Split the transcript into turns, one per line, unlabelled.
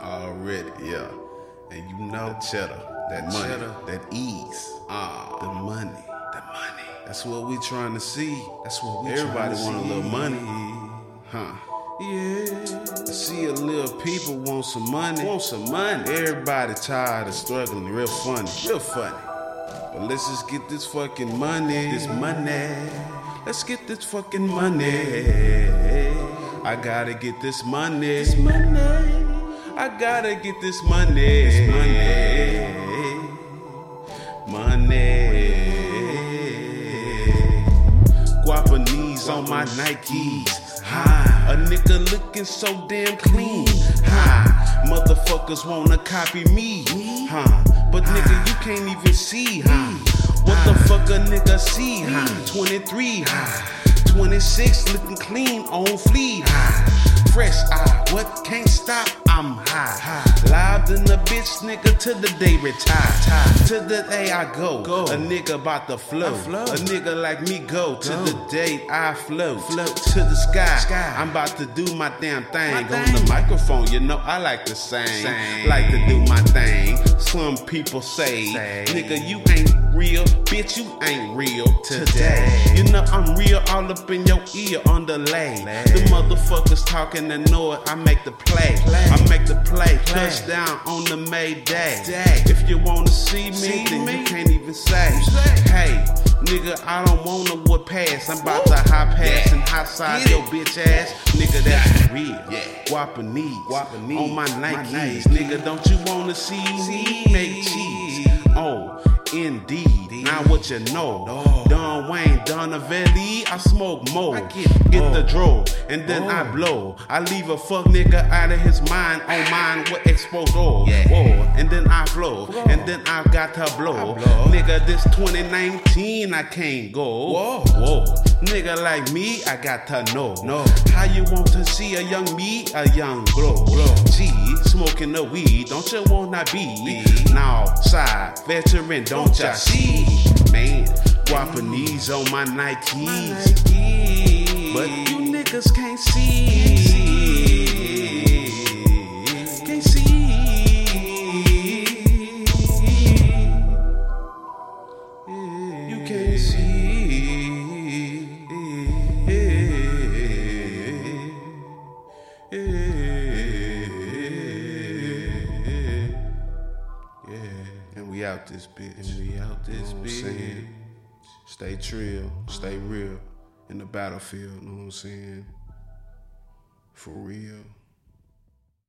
Already.
Yeah.
And you know
Cheddar.
that
money.
cheddar,
That ease.
ah,
The money.
the money.
That's what we trying to see.
That's what we
Everybody
tryna
want a
see.
little money. Huh.
Yeah.
I see a little people want some money. Want some money. Everybody tired of struggling. Real funny. Real funny. But let's just get this fucking money. This money. Let's get this fucking money. I gotta get this money. This money. I gotta get this money. This money. Money. Guapa knees on my Nikes. High. A nigga looking so damn clean. High. Motherfuckers wanna copy me. Huh. But nigga, you can't even see. Huh. What the fuck a nigga see? Huh. 23. Huh. 26 looking clean on flea. High. Fresh eye. What can't stop? I'm high. high. Live than a bitch nigga to the day retire. To the day I go. A nigga about to flow.
float.
A nigga like me go, to
Go.
the day I float,
Float.
to the sky.
Sky.
I'm about to do my damn thing
My
on
thing.
the microphone. You know I like to sing,
Sing.
like to do my thing. Some people say,
Say.
nigga, you ain't real, bitch, you ain't real today.
Today.
You know I'm real, all up in your ear on the lay.
Lay.
The motherfuckers talking and know it. I make the play,
Play.
I make the play.
Play.
Touchdown on the Mayday.
Day.
If you wanna see me,
See
then
me.
you can't even say.
say.
Hey, nigga, I don't wanna what pass. I'm about to high pass
Yeah.
and high side
Get
your
it.
bitch ass. Nigga, that's real.
Yeah.
Whopper knees.
Whopper knees.
On my
My
Nikes.
Nikes.
Nigga, don't you wanna see me
See.
make cheese? Oh, indeed. Now what you know.
No.
Don Wayne, Donavelli, I smoke more.
I get-
get
oh.
the draw, and then I
Oh.
blow. I leave a fuck nigga out of his mind. On mine with exposed all.
Yeah.
Whoa. And then I flow. And then I got to blow.
I blow.
Nigga, this 2019 I can't go.
Whoa.
Whoa. Nigga like me, I got to know.
Know.
How you want to see a young me, a young glow.
Glow.
G, smoking the weed, don't you wanna be?
Be.
Now, side, veteran, don't,
Don't
ya
ya
see? Man, whopping knees on my Nikes. But you niggas can't see. Can't see. You can't see. And we out this bitch. And we out this bitch. Stay trill, stay real in the battlefield, know what I'm saying? For real.